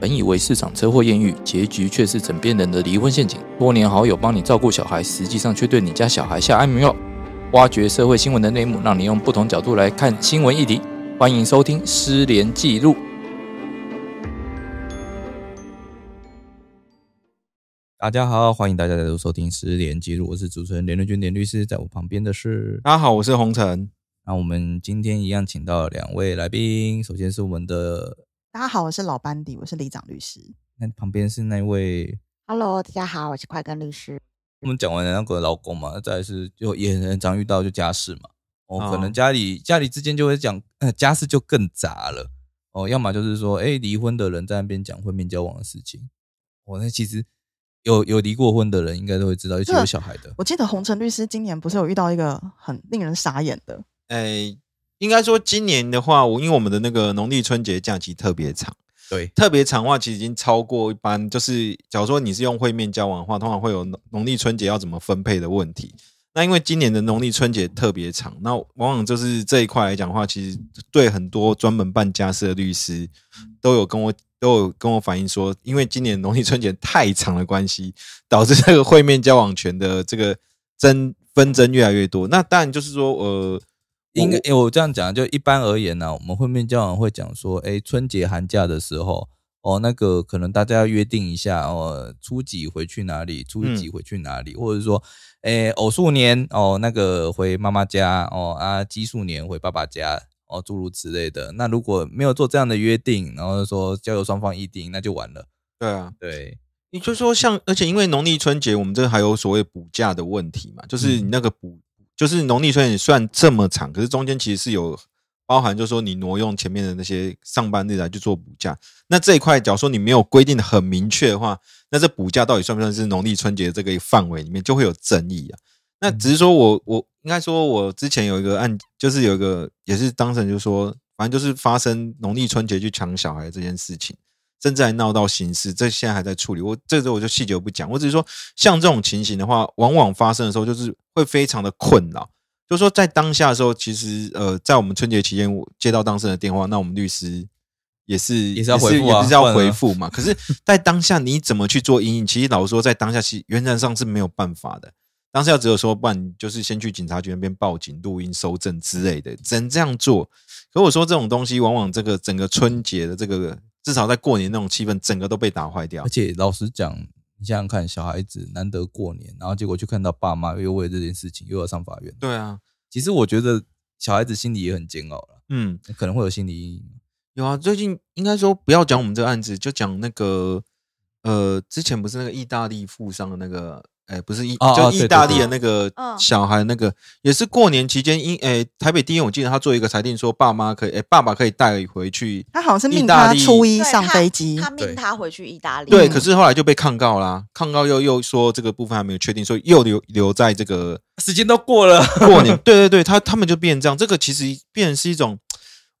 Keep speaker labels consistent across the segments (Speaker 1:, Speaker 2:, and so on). Speaker 1: 本以为市场车祸艳遇，结局却是枕边人的离婚陷阱。多年好友帮你照顾小孩，实际上却对你家小孩下安眠药。挖掘社会新闻的内幕，让你用不同角度来看新闻议题。欢迎收听《失联记录》。大家好，欢迎大家再度收听《失联记录》，我是主持人连瑞君，连律师，在我旁边的是
Speaker 2: 大家好，我是红尘。
Speaker 1: 那我们今天一样请到两位来宾，首先是我们的，
Speaker 3: 大家好，我是老班底，我是李长律师。
Speaker 1: 那旁边是那位
Speaker 4: Hello，大家好，我是快跟律师。
Speaker 1: 我们讲完了那个老公嘛，再来是就也很常遇到就家事嘛，哦，
Speaker 2: 哦
Speaker 1: 可能家里家里之间就会讲，呃，家事就更杂了，哦，要么就是说，哎，离婚的人在那边讲婚变交往的事情，哦，那其实有有离过婚的人应该都会知道，尤其
Speaker 3: 这
Speaker 1: 有小孩的，
Speaker 3: 我记得洪晨律师今年不是有遇到一个很令人傻眼的，
Speaker 2: 诶、呃应该说今年的话，我因为我们的那个农历春节假期特别长，
Speaker 1: 对，
Speaker 2: 特别长的话，其实已经超过一般。就是假如说你是用会面交往的话，通常会有农农历春节要怎么分配的问题。那因为今年的农历春节特别长，那往往就是这一块来讲的话，其实对很多专门办家事的律师都有跟我都有跟我反映说，因为今年农历春节太长的关系，导致这个会面交往权的这个争纷争越来越多。那当然就是说，呃，
Speaker 1: 应该、诶我这样讲，就一般而言呢、我们会面交往会讲说，哎、春节寒假的时候，哦，那个可能大家要约定一下，哦，初几回去哪里，初几回去哪里，或者说，哎、偶数年哦，那个回妈妈家，哦啊，奇数年回爸爸家，哦，诸如此类的。那如果没有做这样的约定，然后说交由双方议定，那就完了。
Speaker 2: 对啊，
Speaker 1: 对，
Speaker 2: 你就说像，而且因为农历春节，我们这还有所谓补假的问题嘛，就是你那个补，就是农历春节算这么长，可是中间其实是有包含，就是说你挪用前面的那些上班日来去做补假。那这一块，假如说你没有规定的很明确的话，那这补假到底算不算是农历春节这个范围里面，就会有争议啊。那
Speaker 1: 嗯
Speaker 2: 只是说我我应该说，我之前有一个案，就是有一个也是当事人就说，反正就是发生农历春节去抢小孩这件事情。甚至还闹到刑事，这现在还在处理。我这个我就细节我不讲，我只是说，像这种情形的话，往往发生的时候就是会非常的困扰。就是说在当下的时候，其实呃，在我们春节期间，我接到当事人的电话，那我们律师也是
Speaker 1: 也是要回复啊
Speaker 2: 也是要
Speaker 1: 不然
Speaker 2: 回
Speaker 1: 呢
Speaker 2: 复嘛。可 是，在当下你怎么去做阴影？其实老实说，在当下其实原则上是没有办法的。当时要只有说，不然你就是先去警察局那边报警、录音、收证之类的，只能这样做。可我说这种东西，往往这个整个春节的这个，至少在过年那种气氛，整个都被打坏掉
Speaker 1: 而。且老实讲，你想想看，小孩子难得过年，然后结果去看到爸妈又为这件事情又要上法院。
Speaker 2: 对啊，
Speaker 1: 其实我觉得小孩子心里也很煎熬了，
Speaker 2: 嗯，
Speaker 1: 可能会有心理 阴影。
Speaker 2: 有啊。最近应该说不要讲我们这个案子，就讲那个呃，之前不是那个意大利富商的那个，哎、不是意，
Speaker 1: 哦哦
Speaker 2: 就意大利的那个
Speaker 4: 嗯
Speaker 2: 小孩，那个也是过年期间，因哎、台北地院我记得他做一个裁定说，爸妈可以，哎、爸爸可以带回去。
Speaker 3: 他好像是
Speaker 2: 意
Speaker 3: 命
Speaker 2: 大
Speaker 3: 他
Speaker 2: 利
Speaker 3: 初一
Speaker 4: 对
Speaker 3: 上
Speaker 4: 他
Speaker 3: 飞机，
Speaker 4: 他
Speaker 1: 对
Speaker 4: 命他回去意大利。
Speaker 2: 对，
Speaker 3: 嗯
Speaker 2: 可是后来就被抗告啦，抗告又又说这个部分还没有确定，所以又留留在 这个
Speaker 1: 时间都过了，
Speaker 2: 过年。对对对，他他们就变成这样，这个其实变成是一种，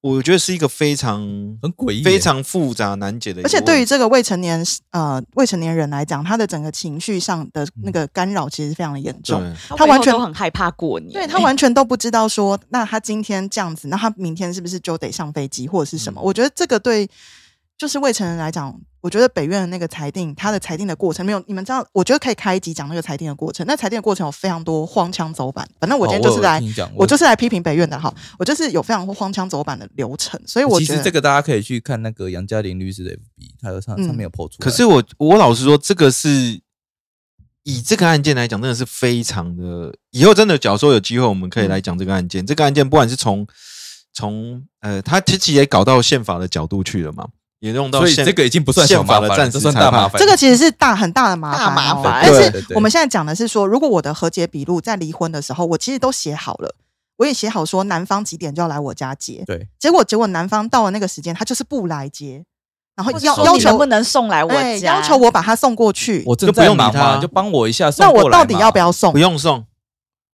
Speaker 2: 我觉得是一个非常
Speaker 1: 很诡异耶，
Speaker 2: 非常复杂难解的一个
Speaker 3: 而
Speaker 2: 问题。
Speaker 3: 且对于这个未成年呃未成年人来讲，他的整个情绪上的那个干扰其实非常的严重。
Speaker 2: 嗯对
Speaker 4: 他
Speaker 3: 他完
Speaker 4: 背后
Speaker 3: 全
Speaker 4: 都很害怕过年。欸
Speaker 3: 对他
Speaker 1: 哎
Speaker 3: 完全都不知道说，那他今天这样子，那他明天是不是就得上飞机或者是什么？
Speaker 1: 嗯
Speaker 3: 我觉得这个对就是未成年人来讲，我觉得北院的那个裁定，他的裁定的过程没有你们知道，我觉得可以开一集讲那个裁定的过程。那裁定的过程有非常多荒腔走板，反正我今天就是来
Speaker 1: 哦我有听你讲
Speaker 3: 我就是来批评北院的哈，我就是有非常荒腔走板的流程，所以我
Speaker 1: 其
Speaker 3: 觉
Speaker 1: 实
Speaker 3: 得
Speaker 1: 这个大家可以去看那个杨嘉玲律师的 FB，他有上
Speaker 3: 嗯
Speaker 1: 上面有 PO 出来。
Speaker 2: 可是我我老实说，这个是以这个案件来讲，真的是非常的。以后真的，假如说有机会，我们可
Speaker 1: 嗯
Speaker 2: 以来讲这个案件。这个案件不管是从从呃，他其实也搞到宪法的角度去了嘛，也弄到
Speaker 1: 所以
Speaker 2: 宪
Speaker 1: 这个已经不算小
Speaker 2: 宪
Speaker 1: 麻烦
Speaker 2: 法的
Speaker 1: 了，
Speaker 2: 暂
Speaker 1: 这
Speaker 2: 时
Speaker 1: 算
Speaker 2: 裁
Speaker 1: 大麻
Speaker 2: 判
Speaker 1: 烦。
Speaker 3: 这个其实是大很大的麻烦、哦，
Speaker 4: 大麻烦
Speaker 3: 但
Speaker 2: 对
Speaker 3: 是
Speaker 1: 对
Speaker 3: 我们现在讲的是说，如果我的和解笔录在离婚的时候，我其实都写好了，我也写好说男方几点就要来我家接，
Speaker 1: 对，
Speaker 3: 结果结果男方到了那个时间，他就是不来接，然后
Speaker 4: 或者
Speaker 3: 要
Speaker 4: 说
Speaker 3: 要
Speaker 4: 你能
Speaker 3: 求
Speaker 4: 不能送来我
Speaker 3: 哎
Speaker 4: 家？
Speaker 3: 要求我把他送过去，
Speaker 1: 我正
Speaker 2: 就不
Speaker 1: 在
Speaker 2: 用理
Speaker 1: 忙嘛，
Speaker 2: 他
Speaker 1: 就帮我一下送
Speaker 3: 那
Speaker 1: 过
Speaker 3: 我
Speaker 1: 来
Speaker 3: 到底
Speaker 1: 嘛
Speaker 3: 要不？要送
Speaker 2: 不？用送，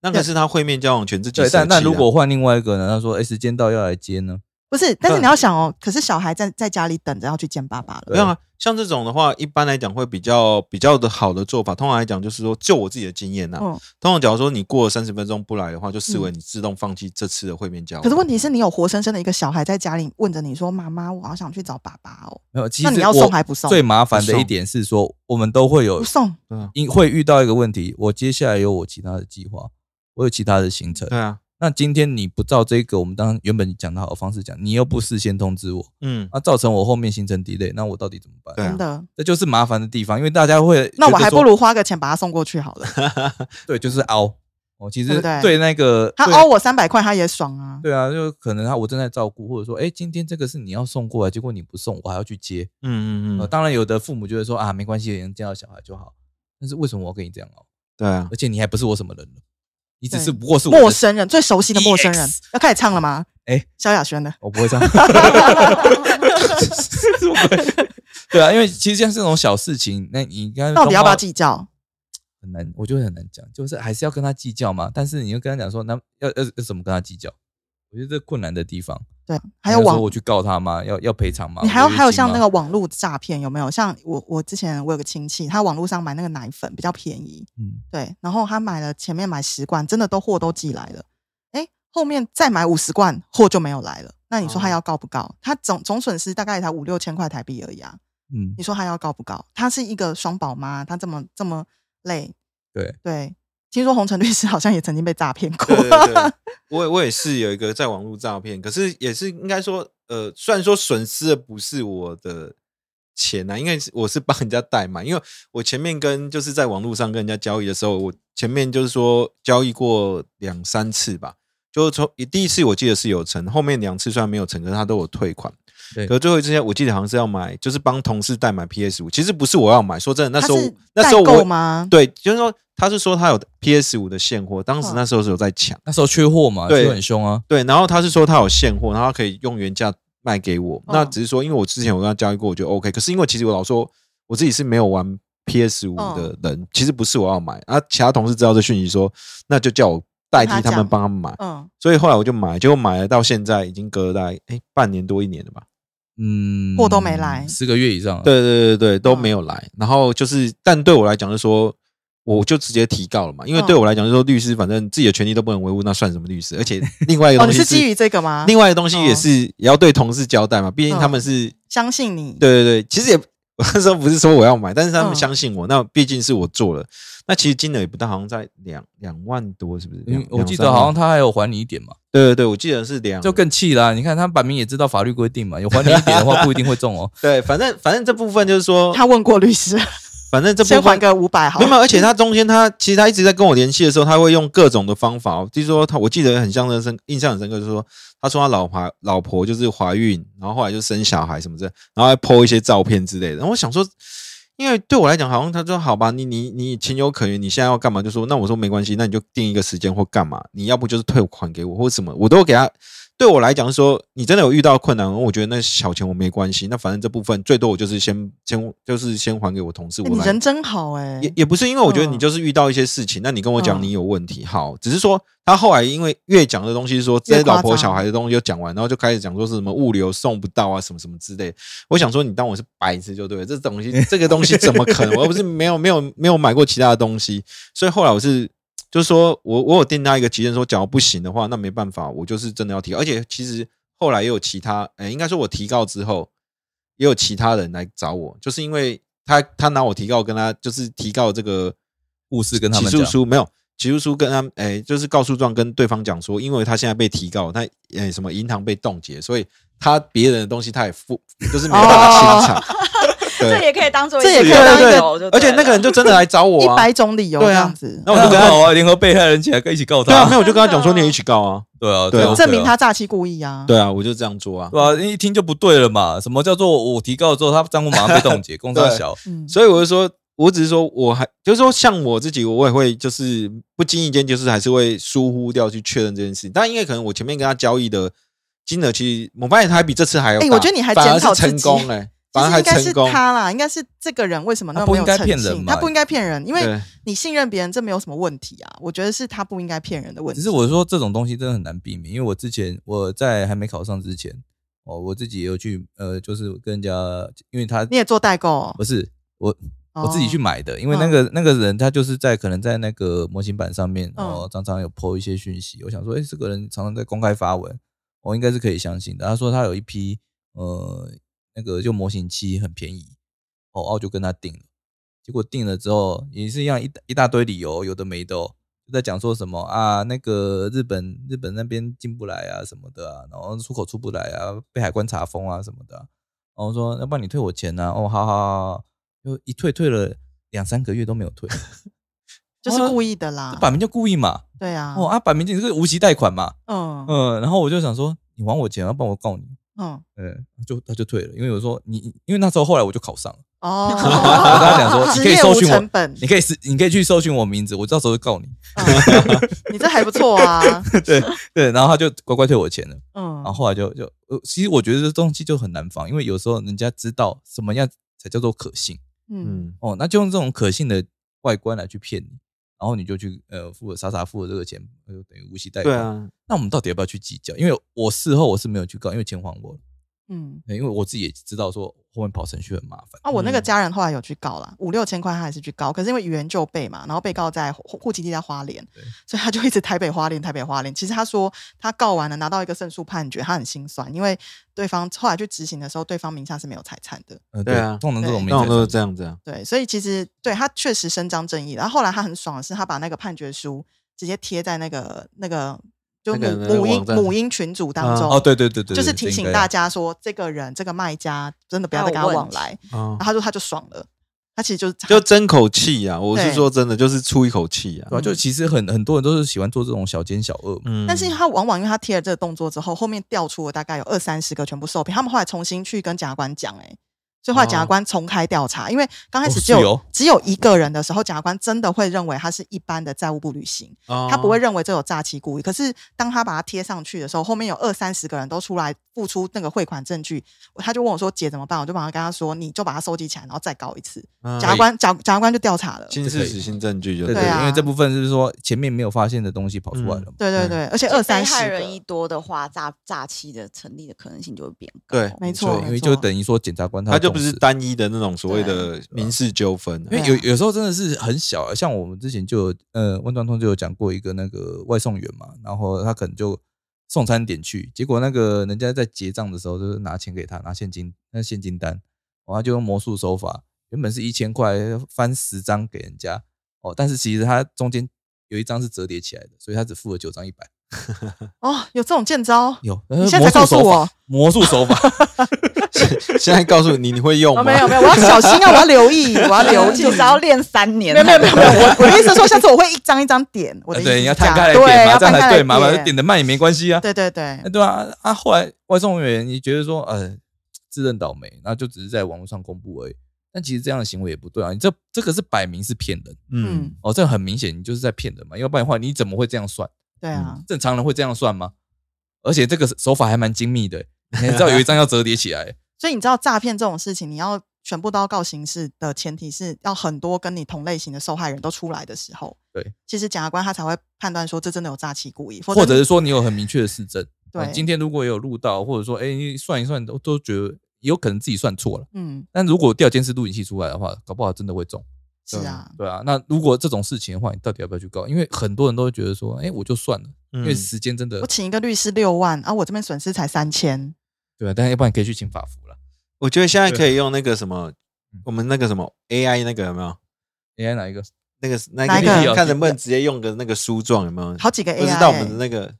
Speaker 2: 那个
Speaker 3: 哦对
Speaker 2: 是他会面交往权自己
Speaker 1: 对，
Speaker 2: 舍
Speaker 1: 但
Speaker 2: 弃的啊。
Speaker 1: 那如果换另外一个呢？他说：“哎，时间到要来接呢。”
Speaker 3: 不是，但是
Speaker 2: 对
Speaker 3: 你要想哦，可是小孩在在家里等着要去见爸爸了。
Speaker 1: 对
Speaker 2: 没有啊，像这种的话，一般来讲会比较比较的好的做法。通常来讲，就是说，就我自己的经验呐、啊
Speaker 1: 啊
Speaker 3: 嗯，
Speaker 2: 通常假如说你过了三十分钟不来的话，就视为你自动放弃这次的会面交往。
Speaker 3: 可是问题是你有活生生的一个小孩在家里问着你说：“妈妈，我好想去找爸爸哦。
Speaker 1: 没有，其实
Speaker 3: 那你要
Speaker 1: 我
Speaker 3: 送还不送
Speaker 1: 最麻烦的一点是说，我们都会”有
Speaker 3: 不送，
Speaker 2: 对啊，
Speaker 1: 因会遇到一个问题，我接下来有我其他的计划，我有其他的行程。
Speaker 2: 对啊，
Speaker 1: 那今天你不照这个我们当原本讲的好的方式讲，你又不事先通知我，
Speaker 2: 嗯，
Speaker 1: 那造成我后面行程 delay，那我到底怎么办？
Speaker 2: 对啊
Speaker 3: 真的。
Speaker 1: 这就是麻烦的地方，因为大家会
Speaker 3: 那我
Speaker 1: 觉
Speaker 3: 还
Speaker 1: 得说
Speaker 3: 不如花个钱把他送过去好 了。
Speaker 1: 对，就是凹。哦，其
Speaker 3: 对
Speaker 1: 实
Speaker 3: 不对
Speaker 1: 对那个
Speaker 3: 他哦
Speaker 1: 对
Speaker 3: 凹我三百块，他也爽啊。
Speaker 1: 对啊，就可能他我正在照顾，或者说，哎、今天这个是你要送过来，结果你不送，我还要去接。
Speaker 2: 嗯嗯
Speaker 1: 呃，
Speaker 3: 哦
Speaker 2: 嗯，
Speaker 1: 当然，有的父母就会说啊，没关系，能见到小孩就好。但是为什么我要跟你这样哦？
Speaker 2: 对啊，
Speaker 1: 而且你还不是我什么人了，你只是
Speaker 3: 对
Speaker 1: 不过是我的
Speaker 3: 陌。生人最熟悉的陌生人
Speaker 1: EX，
Speaker 3: 要开始唱了吗？
Speaker 1: 哎
Speaker 3: 萧亚轩的，
Speaker 1: 我不会唱。 对啊，因为其实像这种小事情，那你应该
Speaker 3: 到底要不要
Speaker 1: 计？
Speaker 3: 计较？
Speaker 1: 很难，我觉得很难讲，就是还是要跟他计较嘛。但是你又跟他讲说，那要要要怎么跟他计较？我觉得这困难的地方。
Speaker 3: 对，还有
Speaker 1: 你要
Speaker 3: 网
Speaker 1: 说我去告他吗？要要赔偿吗？
Speaker 3: 你还有还有像那
Speaker 1: 违
Speaker 3: 个
Speaker 1: 约金吗
Speaker 3: 网络诈骗有没有？像我我之前我有个亲戚，他网络上买那个奶粉比较便宜，
Speaker 1: 嗯，
Speaker 3: 对，然后他买了前面买十罐，真的都货都寄来了，哎，后面再买五十罐货就没有来了。那你说他
Speaker 2: 哦
Speaker 3: 要告不告？他总总损失大概才五六千块台币而已啊。
Speaker 1: 嗯
Speaker 3: 你说他要告不告？他是一个双宝妈，他这么这么累，
Speaker 1: 对
Speaker 3: 对。听说洪晨律师好像也曾经被诈骗过
Speaker 2: 对， 对对，我也我也是有一个在网络诈骗，可是也是应该说，呃，虽然说损失的不是我的钱啊，因为是我是帮人家代买，因为我前面跟就是在网络上跟人家交易的时候，我前面就是说交易过两三次吧，就是从第一次我记得是有成，后面两次虽然没有成，可是他都有退款。
Speaker 1: 对
Speaker 2: 可是最后一次我记得好像是要买，就是帮同事代买 PS 五，其实不是我要买，说真的，那
Speaker 3: 他
Speaker 2: 时候
Speaker 3: 是
Speaker 2: 那
Speaker 3: 代
Speaker 2: 时候
Speaker 3: 购
Speaker 2: 我
Speaker 3: 吗？
Speaker 2: 对，就是说他是说他有 PS 五的现货，当时那时候是有在抢。
Speaker 1: 那时候缺货嘛，
Speaker 2: 对
Speaker 1: 缺很凶啊。
Speaker 2: 对，然后他是说他有现货，然后他可以用原价卖给我。
Speaker 3: 嗯
Speaker 2: 那只是说，因为我之前我跟他交易过，我觉得 OK。可是因为其实我老说我自己是没有玩 PS 五
Speaker 3: 哦
Speaker 2: 的人，其实不是我要买。啊，其他同事知道这讯息说，那就叫我代替
Speaker 3: 跟他
Speaker 2: 他们
Speaker 3: 讲
Speaker 2: 帮他们买。
Speaker 3: 嗯，
Speaker 2: 所以后来我就买，结果买了到现在已经隔了大概哎半年多一年了吧。
Speaker 1: 嗯，
Speaker 3: 货都没来
Speaker 1: 十个月以上。，啊
Speaker 2: 对对对对，都没
Speaker 3: 嗯
Speaker 2: 有来。然后就是，但对我来讲就是说，我就直接提告了嘛，因为
Speaker 3: 嗯
Speaker 2: 对我来讲就是说，律师反正自己的权利都不能维护，那算什么律师？而且另外一个
Speaker 3: 哦，
Speaker 2: 东
Speaker 3: 你
Speaker 2: 西
Speaker 3: 是基于这个吗？
Speaker 2: 另外的东西也是
Speaker 3: 哦
Speaker 2: 也要对同事交代嘛，毕
Speaker 3: 嗯
Speaker 2: 竟他们是、
Speaker 3: 相信你，
Speaker 2: 对对对，其实也我那时候不是说我要买，但是他们
Speaker 3: 嗯
Speaker 2: 相信我，那毕竟是我做了，那其实金额也不大，好像在两两万多，是不是？两嗯
Speaker 1: 嗯，我记得好像，他还有还你一点嘛，
Speaker 2: 两三万对对对，我记得是两，
Speaker 1: 就更气啦。你看他摆明也知道法律规定嘛，有还你一点的 话不一定会中哦。
Speaker 2: 对，反正反正这部分就是说，
Speaker 3: 他问过律师，
Speaker 2: 反正这
Speaker 3: 先
Speaker 2: 部
Speaker 3: 还
Speaker 2: 分。
Speaker 3: 个五百好
Speaker 2: 没
Speaker 3: 了。
Speaker 2: 有，没有而且他中间他其实他一直在跟我联系的时候，他会用各种的方法哦，就是说他我记得很像深印象很深刻，就是说他说他老婆老婆就是怀孕，然后后来就生小孩什么之类，然后还 po 一些照片之类的。然后我想说，因为对我来讲，好像他说好吧，你你你情有可原，你现在要干嘛？就说那我说没关系，那你就定一个时间或干嘛，你要不就是退款给我或者什么，我都给他。对我来讲是说，你真的有遇到困难，我觉得那小钱我没关系，那反正这部分最多我就是先先就是先还给我同事，
Speaker 3: 哎
Speaker 2: 我
Speaker 3: 你
Speaker 2: 来
Speaker 3: 人真好哎、
Speaker 2: 也也不是因为我觉得你
Speaker 3: 嗯
Speaker 2: 就是遇到一些事情，那你跟我讲
Speaker 3: 嗯
Speaker 2: 你有问题，好，只是说他后来因为越讲的东西是说这
Speaker 3: 越
Speaker 2: 些老
Speaker 3: 夸
Speaker 2: 婆
Speaker 3: 张
Speaker 2: 小孩的东西就讲完，然后就开始讲说是什么物流送不到啊，什么什么之类的。我想说你当我是白痴就对了，这东西这个东西怎么可能？我又不是没有没有没有买过其他的东西，所以后来我是。就是说我我有定他一个期限，说假如不行的话，那没办法，我就是真的要提。而且其实后来也有其他，哎、应该说我提告之后，也有其他人来找我，就是因为他他拿我提告跟他就是提告这个
Speaker 1: 故事跟他
Speaker 2: 起
Speaker 1: 们
Speaker 2: 诉
Speaker 1: 讲，
Speaker 2: 书没有起诉书跟他哎、就是告诉状跟对方讲说，因为他现在被提告，他哎、什么银行被冻结，所以他别人的东西他也付，就是没办法清偿。
Speaker 4: 这
Speaker 2: 对
Speaker 4: 也可以当做
Speaker 3: 哦这也可以
Speaker 2: 对
Speaker 3: 当一
Speaker 2: 对
Speaker 3: 个
Speaker 2: 对，而且那个人就真的来找我
Speaker 3: 一
Speaker 2: 啊，
Speaker 3: 百种理由这
Speaker 2: 对啊
Speaker 3: 样子，
Speaker 2: 那我就跟他
Speaker 1: 好啊，联合被害人起来跟一起告
Speaker 2: 对啊，没
Speaker 1: 他。
Speaker 2: 有我就跟他讲说
Speaker 4: 真的
Speaker 2: 你也一起告啊，
Speaker 1: 对啊，
Speaker 2: 对啊
Speaker 1: 对啊，
Speaker 3: 证明他诈欺故意啊。
Speaker 2: 对啊，我就这样做啊。
Speaker 1: 对啊，一听就不对了嘛。什么叫做我提告之后，他账户马上被冻结，工 商小？
Speaker 3: 嗯，
Speaker 2: 所以我就说，我只是说，我还就是说，像我自己，我也会就是不经意间，就是还是会疏忽掉去确认这件事情。但因为可能我前面跟他交易的金额，其实我发现他还比这次还要大，
Speaker 3: 哎我觉得你还
Speaker 2: 反而
Speaker 3: 检讨
Speaker 2: 是
Speaker 3: 自己
Speaker 2: 成功哎、
Speaker 3: 其
Speaker 2: 反而
Speaker 3: 实
Speaker 2: 还
Speaker 3: 应该是
Speaker 2: 成功。
Speaker 3: 他啦，应该是这个人为什么那
Speaker 1: 他不
Speaker 3: 么没
Speaker 1: 应
Speaker 3: 有
Speaker 1: 该
Speaker 3: 诚
Speaker 1: 骗人
Speaker 3: 信？
Speaker 1: 嘛
Speaker 3: 他不应该骗人，因为
Speaker 2: 对
Speaker 3: 你信任别人，这没有什么问题啊。我觉得是他不应该骗人的问
Speaker 1: 只
Speaker 3: 题。
Speaker 1: 是我说这种东西真的很难避免，因为我之前我在还没考上之前，哦，我自己也有去呃，就是跟人家，因为他
Speaker 3: 你也做代购哦
Speaker 1: 不？是我我自己去
Speaker 3: 哦
Speaker 1: 买的，因为那个、那个人他就是在可能在那个模型板上面，
Speaker 3: 嗯
Speaker 1: 哦，常常有 PO 一些讯息，我想说，哎、这个人常常在公开发文，我、应该是可以相信的。他说他有一批呃那个就模型漆很便宜，哦，然后就跟他订了，结果订了之后也是一样一大一大堆理由，有的没的、哦。就在讲说什么啊？那个日本日本那边进不来啊，什么的啊，然后出口出不来啊，被海关查封啊，什么的啊、然后说，要不然你退我钱呐、哦，好好好好，就一退退了两三个月都没有退，
Speaker 3: 就是故意的啦
Speaker 1: 这，摆明就故意嘛。
Speaker 3: 对啊，
Speaker 1: 哦啊，摆明就是无息贷款嘛。
Speaker 3: 嗯
Speaker 1: 嗯、然后我就想说，你还我钱，啊要不然我告你。
Speaker 3: 嗯
Speaker 1: 嗯，就他就退了，因为我说你，因为那时候后来我就考上了，
Speaker 3: 哦，
Speaker 1: 我跟他讲 说，你
Speaker 3: 职
Speaker 1: 可以
Speaker 3: 业
Speaker 1: 搜
Speaker 3: 无
Speaker 1: 寻
Speaker 3: 成
Speaker 1: 我，
Speaker 3: 本，
Speaker 1: 你可以是，你可以去搜寻我名字，我到时候就告你。
Speaker 3: 嗯你这还不错啊，
Speaker 1: 对对，然后他就乖乖退我钱了。然后
Speaker 3: 嗯，
Speaker 1: 后来就就，呃，其实我觉得这东西就很难防，因为有时候人家知道什么样才叫做可信。
Speaker 3: 嗯，
Speaker 2: 嗯，
Speaker 1: 哦，那就用这种可信的外观来去骗你，然后你就去呃付了傻傻付了这个钱，那就等于无息贷
Speaker 2: 对
Speaker 1: 款。，
Speaker 2: 啊，
Speaker 1: 那我们到底要不要去计较？因为我事后我是没有去告，因为钱还我了，
Speaker 3: 嗯，
Speaker 1: 对因为我自己也知道说后面跑程序很麻烦。
Speaker 3: 啊，我那个
Speaker 2: 嗯
Speaker 3: 家人后来有去告啦，五六千块他还是去告，可是因为语言就被嘛，然后被告在户户籍地在花莲
Speaker 1: 对，
Speaker 3: 所以他就一直台北花莲台北花莲。其实他说他告完了拿到一个胜诉判决，他很心酸，因为对方后来去执行的时候，对方名下是没有财产的，
Speaker 1: 呃
Speaker 2: 对啊
Speaker 1: 通常这种
Speaker 3: 对
Speaker 1: 没
Speaker 2: 那我都是
Speaker 1: 有
Speaker 2: 这样子啊，
Speaker 3: 对，所以其实对他确实伸张正义。然后后来他很爽的是，他把那个判决书直接贴在那个那个就母
Speaker 2: 那个那个
Speaker 3: 母婴
Speaker 2: 网站
Speaker 3: 母婴群组当
Speaker 2: 啊
Speaker 3: 中，
Speaker 1: 哦，对对对对，
Speaker 3: 就是
Speaker 1: 对
Speaker 3: 提
Speaker 1: 应该
Speaker 3: 醒
Speaker 1: 要
Speaker 3: 大家说，这个人这个卖家真的不要
Speaker 4: 要
Speaker 3: 再跟他
Speaker 4: 问
Speaker 3: 往
Speaker 4: 起
Speaker 3: 来。
Speaker 2: 啊
Speaker 3: 然后，他说他就爽了，他其实就是
Speaker 2: 就争口气啊，我是
Speaker 3: 对
Speaker 2: 说真的，就是出一口气啊
Speaker 1: 对，吧？就其实很很多人都是喜欢做这种小奸小恶嘛。
Speaker 2: 嗯，
Speaker 3: 但是他往往因为他贴了这个动作之后，后面调出了大概有二三十个全部受骗，他们后来重新去跟检察官讲、欸，所以后来检察
Speaker 2: 哦
Speaker 3: 官重开调查，因为刚开始
Speaker 1: 哦
Speaker 3: 只有、
Speaker 1: 是哦
Speaker 3: 只有一个人的时候，检察官真的会认为他是一般的债务不履行，他
Speaker 2: 他
Speaker 1: 哦
Speaker 3: 不会认为这有诈欺故意。可是当他把它贴上去的时候，后面有二三十个人都出来付出那个汇款证据，他就问我说：“姐怎么办？”我就马上跟他说：“你就把它收集起来，然后再告一次。”
Speaker 1: 嗯
Speaker 3: 检
Speaker 1: 哎
Speaker 2: 假
Speaker 3: 察官检检察官就调查了。
Speaker 2: 哦嗯新事实、新证据就
Speaker 1: 对
Speaker 3: 对啊嗯
Speaker 1: 因为这部分是说前面没有发现的东西跑出来了嘛。
Speaker 3: 对对对，而且
Speaker 4: 而且
Speaker 3: 二三
Speaker 4: 被
Speaker 3: 十
Speaker 4: 害
Speaker 3: 个
Speaker 4: 人一多的话，诈诈欺的成立的可能性就会变高。
Speaker 2: 对
Speaker 3: 没
Speaker 1: 对
Speaker 3: 错，
Speaker 1: 因为
Speaker 3: 没
Speaker 1: 就
Speaker 3: 错
Speaker 1: 等于说检察官他
Speaker 2: 他就
Speaker 1: 重
Speaker 2: 不是
Speaker 1: 视
Speaker 2: 单一的那种所谓的民事纠纷啊，
Speaker 1: 因为
Speaker 3: 对
Speaker 1: 有
Speaker 3: 啊
Speaker 1: 有时候真的是很小啊，像我们之前就有呃温传通就有讲过一个那个外送员嘛，然后他可能就送餐点去，结果那个人家在结账的时候就是拿钱给他，拿现金，那现金单，然后他就用魔术手法，原本是一千块翻十张给人家哦，但是其实他中间有一张是折叠起来的，所以他只付了九张一百。
Speaker 3: 哦，有这种见招。
Speaker 1: 有，呃
Speaker 3: 你
Speaker 1: 你
Speaker 3: 现在才告诉我，
Speaker 1: 魔术手法，
Speaker 2: 现在告诉你你会用吗？
Speaker 3: 哦，没有没 有，我要小心啊，我要留意，我要留
Speaker 4: 留
Speaker 3: 意。
Speaker 4: 就是要练三年
Speaker 3: 没有没有 没有 没有，我我的意思是说，下次我会一张一张点。 我的意思
Speaker 1: 对，
Speaker 3: 是
Speaker 1: 哎你要
Speaker 3: 这样
Speaker 1: 摊开来
Speaker 3: 对，
Speaker 1: 点嘛，
Speaker 3: 要
Speaker 1: 这样
Speaker 3: 摊
Speaker 1: 才
Speaker 3: 开
Speaker 1: 对
Speaker 3: 来
Speaker 1: 嘛，反正点的慢也没关系啊。
Speaker 3: 对对对
Speaker 1: 哎，，对啊，啊，后来外送员你觉得说，呃，自认倒霉，那就只是在网络上公布而已。但其实这样的行为也不对啊，你这这个是摆明是骗人
Speaker 3: 嗯，
Speaker 1: 哦，这很明显你就是在骗人嘛，要不然的话你怎么会这样算？
Speaker 3: 对啊，
Speaker 1: 正常人会这样算吗？而且这个手法还蛮精密的、你还知道有一张要折叠起 来、
Speaker 3: 所以你知道诈骗这种事情，你要全部都要告刑事的前提是要很多跟你同类型的受害人都出来的时候，
Speaker 1: 对，
Speaker 3: 其实检察官他才会判断说这真的有诈欺故意，否则
Speaker 1: 或者是说你有很明确的市政。
Speaker 3: 对
Speaker 1: 哦今天如果有录到，或者说哎、你算一算都都觉得有可能自己算错了。
Speaker 3: 嗯，
Speaker 1: 但如果调监视录影器出来的话，搞不好真的会中。
Speaker 3: 是啊，
Speaker 1: 对啊，那如果这种事情的话，你到底要不要去告？因为很多人都会觉得说，哎、我就算了，因为
Speaker 2: 嗯
Speaker 1: 时间真的、
Speaker 3: 我请一个律师六万，啊，我这边损失才三千，
Speaker 1: 对啊，但要不然可以去请法服了。
Speaker 2: 我觉得现在可以用那个什么
Speaker 1: 嗯，
Speaker 2: 我们那个什么 AI 那个有没有？
Speaker 1: 你爱哪一个？
Speaker 2: 那个那
Speaker 3: 哪一个
Speaker 2: 看能不能直接用个那个书状有没有？
Speaker 3: 好几个
Speaker 2: 不
Speaker 3: AI，、
Speaker 2: 知道我们的那个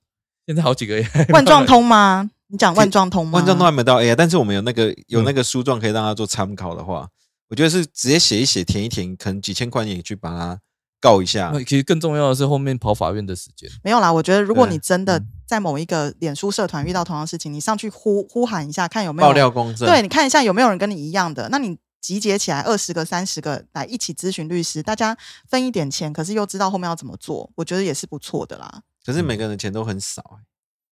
Speaker 1: 现在好几个
Speaker 3: 万状通吗？你讲万状通吗？
Speaker 2: 万众都还没
Speaker 3: 嗯
Speaker 2: 到 AI，但是我们有那个有
Speaker 1: 嗯
Speaker 2: 那个书状可以让他做参考的话，我觉得是直接写一写填一填，可能几千块也去把它告一
Speaker 3: 啊
Speaker 2: 下。
Speaker 1: 那其实更重要的是后面跑法院的时间。
Speaker 3: 没有啦，我觉得如果你
Speaker 2: 对嗯
Speaker 3: 真的在某一个脸书社团遇到同样的事情，你上去呼呼喊一下，看有没有
Speaker 2: 爆料公啊证，
Speaker 3: 对，你看一下有没有人跟你一样的。那你集结起来二十个、三十个来一起咨询律师，大家分一点钱，可是又知道后面要怎么做，我觉得也是不错的啦。
Speaker 2: 可是每个人的钱都很少、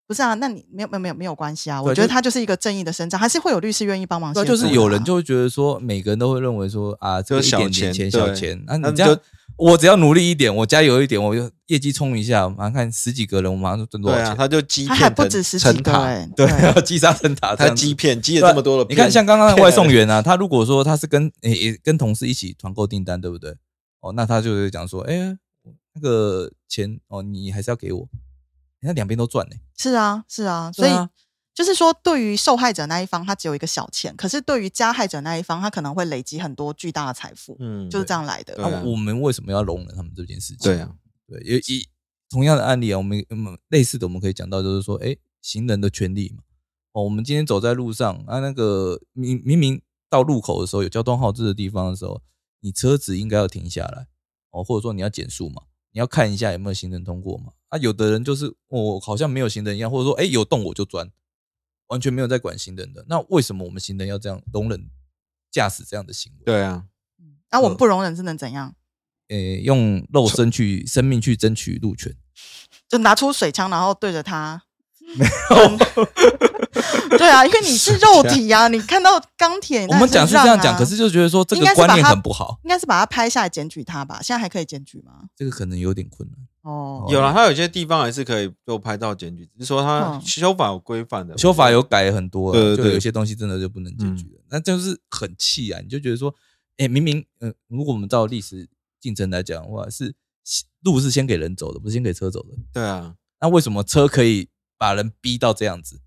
Speaker 3: 不是啊，那你没有没有没有没有关系啊，
Speaker 1: 对
Speaker 3: 我觉得
Speaker 1: 就
Speaker 3: 他就是一个正义的伸张，还是会有律师愿意帮忙协
Speaker 1: 对，
Speaker 3: 助的
Speaker 1: 就
Speaker 3: 啦。
Speaker 1: 是有人就会觉得说，每个人都会认为说啊，这
Speaker 2: 就
Speaker 1: 个
Speaker 2: 是
Speaker 1: 一
Speaker 2: 小
Speaker 1: 点点
Speaker 2: 钱
Speaker 1: 钱
Speaker 2: 对
Speaker 1: 小钱，那
Speaker 2: 那
Speaker 1: 你
Speaker 2: 你
Speaker 1: 这样
Speaker 2: 就
Speaker 1: 我只要努力一点，我家有一点，我就业绩冲一下，马上看十几个人，我马上就嗯赚多
Speaker 2: 对
Speaker 1: 少
Speaker 2: 啊，
Speaker 1: 钱。
Speaker 2: 他就欺
Speaker 3: 他还
Speaker 2: 骗
Speaker 3: 不
Speaker 2: 成
Speaker 3: 止十几
Speaker 2: 成
Speaker 3: 个
Speaker 2: 塔，
Speaker 3: 哎，
Speaker 1: 对， 积沙成塔这
Speaker 2: 啊他
Speaker 1: 样子，
Speaker 2: 欺骗积了这么多的
Speaker 1: 啊你
Speaker 2: 呃骗，
Speaker 1: 看像刚刚的
Speaker 2: 骗
Speaker 1: 外
Speaker 2: 来
Speaker 1: 送员啊，他如果说他是跟诶、诶跟同事一起团购订单，对不对？哦，那他就是讲说，哎、那个钱哦，你还是要给我，那两边都赚呢、
Speaker 3: 是啊，是啊，所
Speaker 1: 对
Speaker 3: 以
Speaker 1: 啊
Speaker 3: 就是说，对于受害者那一方，他只有一个小钱；可是对于加害者那一方，他可能会累积很多巨大的财富，
Speaker 2: 嗯，
Speaker 3: 就是这样来的。
Speaker 2: 对
Speaker 1: 那、
Speaker 2: 啊
Speaker 1: 我们为什么要容忍他们这件事情？
Speaker 2: 对啊，
Speaker 1: 对，也一同样的案例啊，我们嗯类似的，我们可以讲到就是说，哎、行人的权利嘛。哦，我们今天走在路上啊，那个明明明到路口的时候有交通号志的地方的时候，你车子应该要停下来哦，或者说你要减速嘛，你要看一下有没有行人通过嘛。啊，有的人就是我、哦、好像没有行人一样，或者说哎、诶有洞我就钻，完全没有在管行人的。那为什么我们行人要这样容忍驾驶这样的行为？
Speaker 2: 对啊，
Speaker 3: 那、我们
Speaker 1: 嗯
Speaker 3: 不容忍是能怎样？
Speaker 1: 诶、用肉身去生命去争取路权。
Speaker 3: 就拿出水枪，然后对着 他。没有， 对啊，因为你是肉体啊，你看到钢铁，
Speaker 1: 我们讲是这
Speaker 3: 啊
Speaker 1: 样讲，可是就觉得说这个观念很不好，
Speaker 3: 应该是把他拍下来检举他吧？现在还可以检举吗？
Speaker 1: 这个可能有点困难。
Speaker 3: 哦，
Speaker 2: 有了，他有些地方还是可以都拍到检举，只是说他
Speaker 3: 嗯
Speaker 2: 修法有规范的，
Speaker 1: 修法有改很多啊，
Speaker 2: 对对
Speaker 1: 就
Speaker 2: 对嗯
Speaker 1: 有些东西真的就不能解决了，那就是很气啊！你就觉得说，哎，明明，嗯，如果我们照历史进程来讲的话，是路是先给人走的，不是先给车走的。
Speaker 2: 对啊，
Speaker 1: 那为什么车可以把人逼到这样子？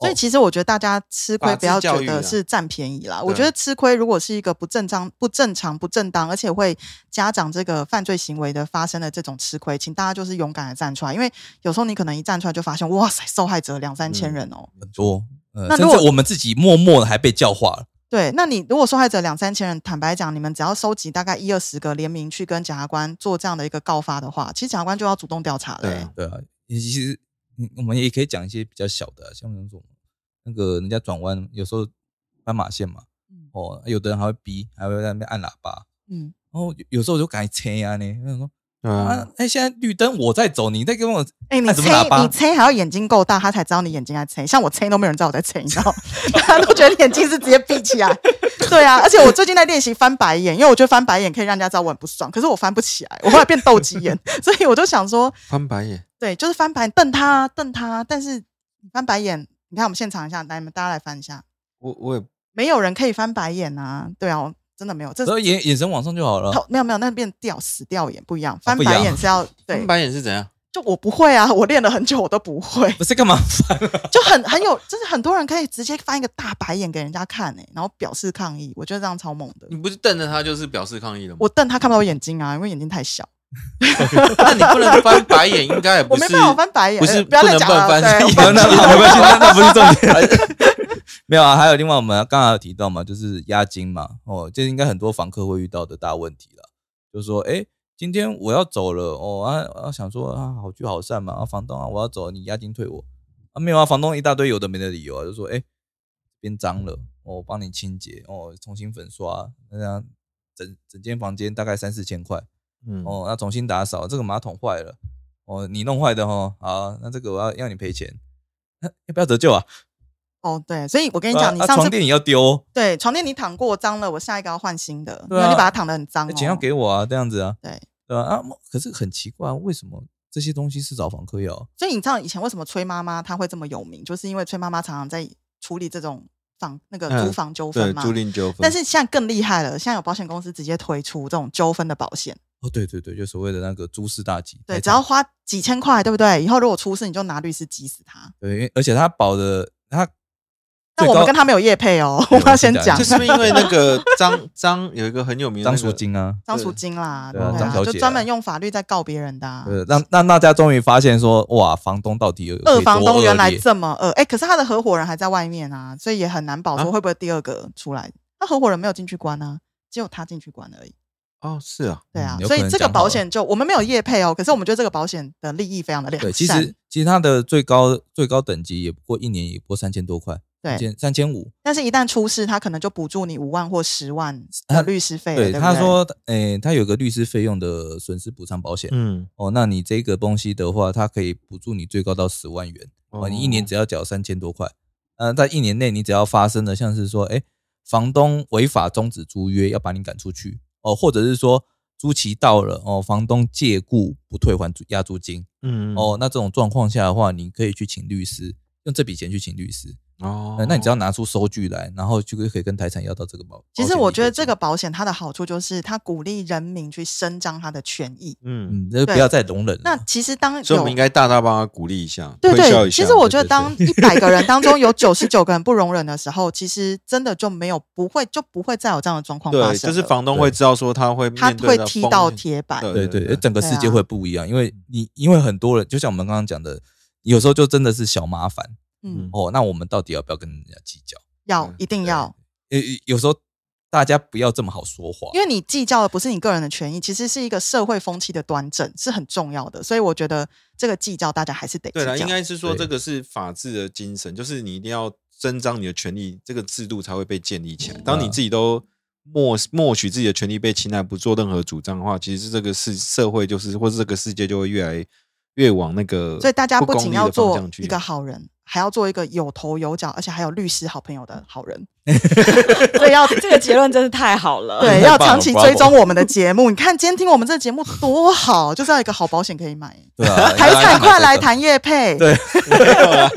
Speaker 3: 所
Speaker 2: 哦
Speaker 3: 以其实我觉得大家吃亏
Speaker 2: 法
Speaker 3: 不要
Speaker 2: 治教
Speaker 3: 觉
Speaker 2: 育
Speaker 3: 得
Speaker 2: 啦
Speaker 3: 是占便宜啦。我
Speaker 2: 对
Speaker 3: 觉得吃亏如果是一个不正常、不正常、不正当，而且会家长这个犯罪行为的发生的这种吃亏，请大家就是勇敢的站出来，因为有时候你可能一站出来就发现，哇塞，受害者两三
Speaker 2: 嗯
Speaker 3: 千人哦。
Speaker 1: 很多，呃，
Speaker 3: 那
Speaker 1: 甚
Speaker 3: 如果
Speaker 1: 至我们自己默默的还被教化了。
Speaker 3: 对，那你如果受害者两三千人，坦白讲，你们只要收集大概一二十个联名去跟检察官做这样的一个告发的话，其实检察官就要主动调查了、
Speaker 2: 对
Speaker 3: 欸
Speaker 2: 啊。
Speaker 1: 对啊，其实嗯我们也可以讲一些比较小的、啊，像那种那个人家转弯有时候斑马线嘛，哦，有的人还会逼，还会在那边按喇叭，
Speaker 3: 嗯，
Speaker 1: 然后有有时候我就改车啊呢，那说
Speaker 2: 对啊
Speaker 1: 啊，，哎、现在绿灯我在走，你在给我
Speaker 3: 哎、你
Speaker 1: 按什么喇叭
Speaker 3: 吹你吹还要眼睛够大，他才知道你眼睛在吹。像我吹都没有人知道我在吹，你知道吗， 大家都觉得眼睛是直接闭起来。对啊，而且我最近在练习翻白眼，因为我觉得翻白眼可以让人家知道我很不爽，可是我翻不起来，我后来变斗鸡眼， 所以我就想说，
Speaker 2: 翻白眼，
Speaker 3: 对，就是翻白眼瞪他啊瞪他，但是翻白眼，你看我们现场一下，来你们大家来翻一下，
Speaker 2: 我我也
Speaker 3: 没有人可以翻白眼啊，对啊，我真的没有，这
Speaker 1: 然后眼眼神往上就好了。
Speaker 3: 头没有没有，那变掉死掉眼不一样，
Speaker 1: 哦
Speaker 3: 翻
Speaker 1: 不一样
Speaker 3: 白眼 是要对
Speaker 2: 翻，白眼是怎样？
Speaker 3: 就我不会啊，我练了很久我都不会。
Speaker 1: 不是干嘛？
Speaker 3: 就很很有，就是很多人可以直接翻一个大白眼给人家看哎、然后表示抗议，我觉得这样超猛的
Speaker 2: 你。不是瞪着他就是表示抗议了吗？
Speaker 3: 我瞪他看不到我眼睛啊，因为眼睛太小，
Speaker 2: 那你不能翻白眼，应该也
Speaker 3: 我
Speaker 2: 不是
Speaker 3: 没办法翻白眼，
Speaker 2: 不是
Speaker 3: 呃不要再
Speaker 2: 能
Speaker 3: 讲
Speaker 2: 乱
Speaker 3: 了。
Speaker 2: 翻
Speaker 3: 对，我
Speaker 1: 没有
Speaker 2: 眼
Speaker 1: 那
Speaker 2: 睛
Speaker 1: 好，没关系，那那不是重点。没有啊，还有另外我们刚刚有提到嘛，就是押金嘛，哦，这应该很多房客会遇到的大问题了。就是说，哎、今天我要走了，哦啊啊，想说啊，好聚好散嘛，啊，房东啊，我要走，你押金退我啊，没有啊，房东一大堆有的没的理由啊，就说，哎、变脏了，哦我帮你清洁，哦，重新粉刷，那样整整间房间大概三四千块。
Speaker 2: 嗯
Speaker 1: 哦，那重新打扫，这个马桶坏了，哦，你弄坏的哦，好，那这个我要要你赔钱， 那要不要折旧啊？
Speaker 3: 哦，对，所以我跟
Speaker 1: 跟
Speaker 3: 你
Speaker 2: 啊
Speaker 3: 讲，你上
Speaker 1: 床
Speaker 3: 次
Speaker 1: 垫也要丢哦，
Speaker 3: 对床垫你躺过脏了，我下一个要换新的，因
Speaker 1: 对啊
Speaker 3: 为你把它躺得很脏
Speaker 2: 哎
Speaker 3: 哦。
Speaker 1: 那钱要给我啊，这样子啊，
Speaker 3: 对，
Speaker 1: 对吧？啊，可是很奇怪，为什么这些东西是找房客要？
Speaker 3: 所以你知道以前为什么崔妈妈她会这么有名，就是因为崔妈妈常常在处理这种房那个
Speaker 2: 嗯
Speaker 3: 租房纠
Speaker 2: 对
Speaker 3: 纷嘛。
Speaker 2: 租赁纠纷，
Speaker 3: 但是现在更厉害了，现在有保险公司直接推出这种纠纷的保险。
Speaker 1: 哦，对对对，就所谓的那个诸事大吉，
Speaker 3: 对，
Speaker 1: 太
Speaker 3: 只要
Speaker 1: 长
Speaker 3: 花几千块，对不对？以后如果出事，你就拿律师急死他。
Speaker 1: 对，因为而且他保的他
Speaker 3: 但
Speaker 1: 最
Speaker 3: 我
Speaker 1: 高，
Speaker 3: 们跟他没有业配哦，我们要先讲
Speaker 1: 我
Speaker 2: 这是不是因为那个张张有一个很有名的
Speaker 1: 张
Speaker 2: 那
Speaker 1: 淑
Speaker 2: 个，
Speaker 1: 晶啊，
Speaker 3: 张淑金啦，
Speaker 1: 对
Speaker 3: 对
Speaker 2: 啊张
Speaker 1: 小
Speaker 3: 就
Speaker 1: 姐啊
Speaker 3: 专门用法律在告别人的啊。
Speaker 1: 呃，让让大家终于发现说，哇，房东到底有
Speaker 3: 二房东原来
Speaker 1: 这
Speaker 3: 这么恶，哎，可是他的合伙人还在外面啊，所以也很难保说
Speaker 2: 啊
Speaker 3: 会不会第二个出来。他合伙人没有进去关啊，只有他进去关而已。
Speaker 2: 哦，是啊，
Speaker 3: 对啊
Speaker 1: 嗯，有
Speaker 3: 所
Speaker 1: 可
Speaker 3: 以
Speaker 1: 能
Speaker 3: 这个
Speaker 1: 讲好
Speaker 3: 保险就我们没有业配哦，可是我们觉得这个保险的利益非常的良
Speaker 1: 对，
Speaker 3: 善。
Speaker 1: 其实其实它的最高最高等级也不过一年也不过三千多块，
Speaker 3: 对
Speaker 1: 三千五。
Speaker 3: 但是一旦出事，他可能就补助你五万或十万
Speaker 1: 他
Speaker 3: 的律师费了。对不
Speaker 1: 他
Speaker 3: 对
Speaker 1: 说，诶、他有个律师费用的损失补偿保险、
Speaker 2: 嗯，
Speaker 1: 哦，那你这个东西的话，它可以补助你最高到十万元哦，你一年只要缴三千多块，呃，在一年内你只要发生了像是说，诶、房东违法终止租约要把你赶出去哦，或者是说租期到了哦，房东借故不退还租押租金
Speaker 2: 嗯
Speaker 1: 哦，那这种状况下的话，你可以去请律师，用这笔钱去请律师。
Speaker 2: 哦
Speaker 1: 呃那你只要拿出收据来，然后就可以跟财产要到这个保。
Speaker 3: 其
Speaker 1: 保
Speaker 3: 实
Speaker 1: 险
Speaker 3: 我
Speaker 1: 理
Speaker 3: 觉
Speaker 1: 赔
Speaker 3: 得这
Speaker 1: 金
Speaker 3: 个，保险它的好处就是它鼓励人民去伸张他的权益。
Speaker 2: 嗯，
Speaker 1: 嗯，那就
Speaker 3: 对
Speaker 1: 不要再容忍了。
Speaker 3: 那其实当
Speaker 2: 所以我们应
Speaker 3: 有
Speaker 2: 该大大帮他鼓励一下，
Speaker 3: 对
Speaker 2: 推销
Speaker 3: 对，
Speaker 2: 一下。
Speaker 3: 其实我
Speaker 1: 对
Speaker 3: 觉得
Speaker 1: 对
Speaker 3: 当 一百个人当中有九十九个人不容忍的时候，其实真的就没有不会就不会再有这样的状况发
Speaker 2: 对，
Speaker 3: 生
Speaker 2: 就
Speaker 3: 了。
Speaker 2: 是房东会知道说他会
Speaker 3: 他
Speaker 2: 面
Speaker 3: 会
Speaker 2: 对的
Speaker 3: 踢
Speaker 2: 风
Speaker 3: 到
Speaker 2: 险，
Speaker 3: 铁板。
Speaker 2: 对
Speaker 3: 嗯
Speaker 1: 对呃对
Speaker 2: 对
Speaker 1: 整个世
Speaker 3: 对
Speaker 1: 界
Speaker 3: 啊
Speaker 1: 会不一样，因为你因为很多人，就像我们刚刚讲的，有时候就真的是小麻烦
Speaker 3: 嗯
Speaker 2: 嗯，
Speaker 1: 哦。那我们到底要不要跟人家计较？
Speaker 3: 要
Speaker 2: 对
Speaker 3: 一定要，
Speaker 1: 有有时候大家不要这么好说话，
Speaker 3: 因为你计较的不是你个人的权益，其实是一个社会风气的端正，是很重要的。所以我觉得这个计较大家还是得计
Speaker 2: 对
Speaker 3: 较。
Speaker 2: 了，应该是说
Speaker 1: 对
Speaker 2: 这个是法治的精神，就是你一定要伸张你的权利，这个制度才会被建立起来。当你
Speaker 1: 嗯
Speaker 2: 自己都默默许自己的权利被侵害，不做任何主张的话，其实这个世社会就是或是这个世界就会越来越往那个
Speaker 3: 所以大家
Speaker 2: 不
Speaker 3: 不
Speaker 2: 公
Speaker 3: 仅
Speaker 2: 义
Speaker 3: 要
Speaker 2: 的方
Speaker 3: 做
Speaker 2: 向去
Speaker 3: 一 个好人，还要做一个有头有脚，而且还有律师好朋友的好人。
Speaker 4: 所以要这个结论真是太好了。
Speaker 3: 对，
Speaker 1: 啊太
Speaker 3: 要
Speaker 1: 棒
Speaker 3: 长
Speaker 1: 了
Speaker 3: 期
Speaker 1: ，bravo
Speaker 3: 追踪我们的节目。你看，今天听我们这个节目多好，就是要有一个好保险可以买。
Speaker 1: 对 啊，
Speaker 3: 财
Speaker 1: 大家
Speaker 3: 产
Speaker 1: 买
Speaker 3: 快
Speaker 1: 这
Speaker 3: 来
Speaker 1: 个，
Speaker 3: 谈业配，
Speaker 1: 对
Speaker 2: 没有啦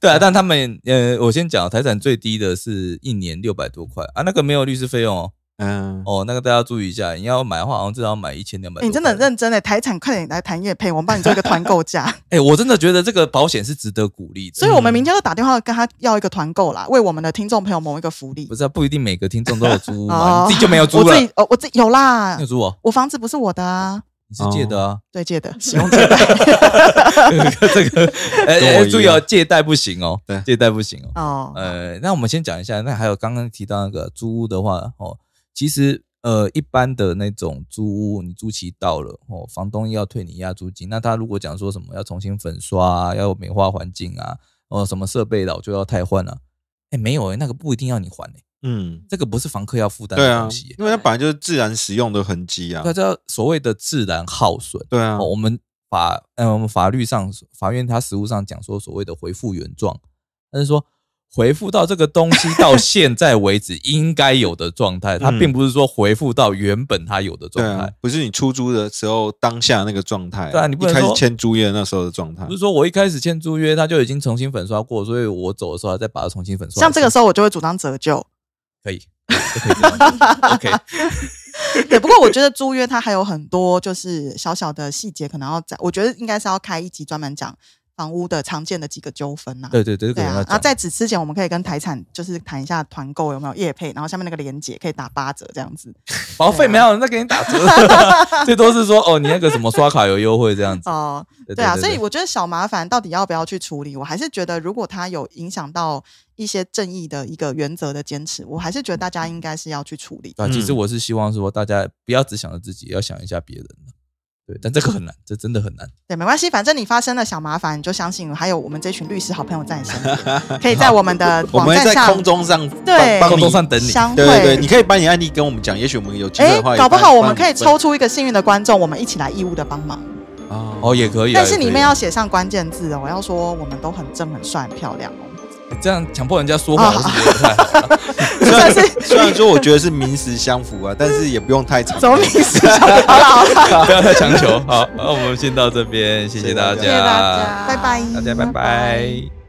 Speaker 1: 对啊。但他们呃，我先讲，财产最低的是一年六百多块啊，那个没有律师费用哦，
Speaker 2: 嗯，
Speaker 1: 哦，那个大家注意一下，你要买的话，好像至少要买一千两百。
Speaker 3: 欸你真的认真的，财产快点来谈业配，我们帮你做一个团购价。
Speaker 1: 哎、我真的觉得这个保险是值得鼓励的。嗯
Speaker 3: 所以我们明天就打电话跟他要一个团购啦，为我们的听众朋友谋一个福利
Speaker 1: 不。是、啊、不一定每个听众都有租屋嘛，
Speaker 3: 哦
Speaker 1: 你自己就没有租
Speaker 3: 我
Speaker 1: 了，
Speaker 3: 自
Speaker 1: 你
Speaker 3: 己哦，我自己有啦
Speaker 1: 有，租哦，
Speaker 3: 我房子不是我的啊，
Speaker 1: 你是借的啊。
Speaker 3: 对，借的， 使用借贷。
Speaker 1: 这 个，哎、
Speaker 2: 跟
Speaker 1: 哎
Speaker 2: 我一
Speaker 1: 注意
Speaker 2: 样
Speaker 1: 哦，借贷不行哦
Speaker 2: 对，
Speaker 1: 借贷不行哦。
Speaker 3: 哦，
Speaker 1: 呃，那我们先讲一下，那还有刚刚提到那个租屋的话，哦，其实呃，一般的那种租屋，你租期到了，哦，房东要退你押租金，那他如果讲说什么要重新粉刷、啊，要美化环境啊，哦，什么设备老旧要汰换啊，哎，没有哎、那个不一定要你还哎、
Speaker 2: 嗯，
Speaker 1: 这个不是房客要负担
Speaker 2: 对
Speaker 1: 的
Speaker 2: 啊
Speaker 1: 东西、欸，，
Speaker 2: 因为它本来就是自然使用的痕迹啊
Speaker 1: 它，叫所谓的自然耗损。
Speaker 2: 对啊
Speaker 1: 哦，，我们法嗯、呃，我们法律上法院它实务上讲说所谓的回复原状，但是说回复到这个东西 到现在为止应该有的状态，它
Speaker 2: 嗯
Speaker 1: 并不是说回复到原本它有的
Speaker 2: 对
Speaker 1: 状
Speaker 2: 啊
Speaker 1: 态。，
Speaker 2: 不是你出租的时候当下那个状态，
Speaker 1: 对啊你不
Speaker 2: 一
Speaker 1: 能
Speaker 2: 开始
Speaker 1: 说
Speaker 2: 签租约那时候的状态啊
Speaker 1: 不，是说我一开始签租约，它就已经重新粉刷过，所以我走的时候还再把它重新粉刷一次。
Speaker 3: 像这个时候我就会主张折旧。
Speaker 1: 可以，就可以这样子 OK，
Speaker 3: 对，不过我觉得租约它还有很多就是小小的细节，可能要在，我觉得应该是要开一集专门讲房屋的常见的几个纠纷呐、
Speaker 1: 对对对，这个
Speaker 3: 对
Speaker 1: 我们要
Speaker 3: 啊，然后
Speaker 1: 讲。
Speaker 3: 在此之前，我们可以跟台产就是谈一下团购有没有业配，然后下面那个链接可以打八折这样子。
Speaker 1: 保
Speaker 3: 啊
Speaker 1: 费没有人再给你打折， 最多是说哦，你那个什么刷卡有优惠这样子。
Speaker 3: 哦、对啊，所以我觉得小麻烦到底要不要去处理，我还是觉得如果它有影响到一些正义的一个原则的坚持，我还是觉得大家应该是要去处理。
Speaker 1: 对啊，其实
Speaker 2: 嗯
Speaker 1: 我是希望说大家不要只想着自己，要想一下别人的对，但这个很难，这真的很难。
Speaker 3: 对，没关系，反正你发生了小麻烦，你就相信还有我们这群律师好朋友在你身边，可以在我们的
Speaker 2: 我
Speaker 3: 网
Speaker 2: 们会
Speaker 3: 站
Speaker 2: 在
Speaker 3: 上
Speaker 2: 空中上帮
Speaker 3: 对
Speaker 2: 帮
Speaker 1: 空
Speaker 2: 你
Speaker 1: 中上等你，
Speaker 3: 相会。
Speaker 2: 对对对，你可以把你的案例跟我们讲，也许我们有机会
Speaker 3: 哎
Speaker 2: 的话，，
Speaker 3: 搞不好我们可以抽出一个幸运的观众，我们一起来义务的帮忙。
Speaker 2: 哦
Speaker 1: 哦，也可以啊。
Speaker 3: 但是里面
Speaker 1: 也
Speaker 3: 要写上关键字哦，我要说我们都很正、很帅、很漂 亮哦，
Speaker 1: 可以这样强迫人家说谎，我是觉得不太好啦。
Speaker 2: 虽然
Speaker 3: 算是
Speaker 2: 虽 然说我觉得是名实相符啊，但是也不用太长。
Speaker 3: 什么名字？好了好 了，
Speaker 1: 不要太强 求。好，那我们先到这边，谢谢大家，
Speaker 2: 谢
Speaker 3: 啊谢谢大家，拜拜，
Speaker 1: 大家拜拜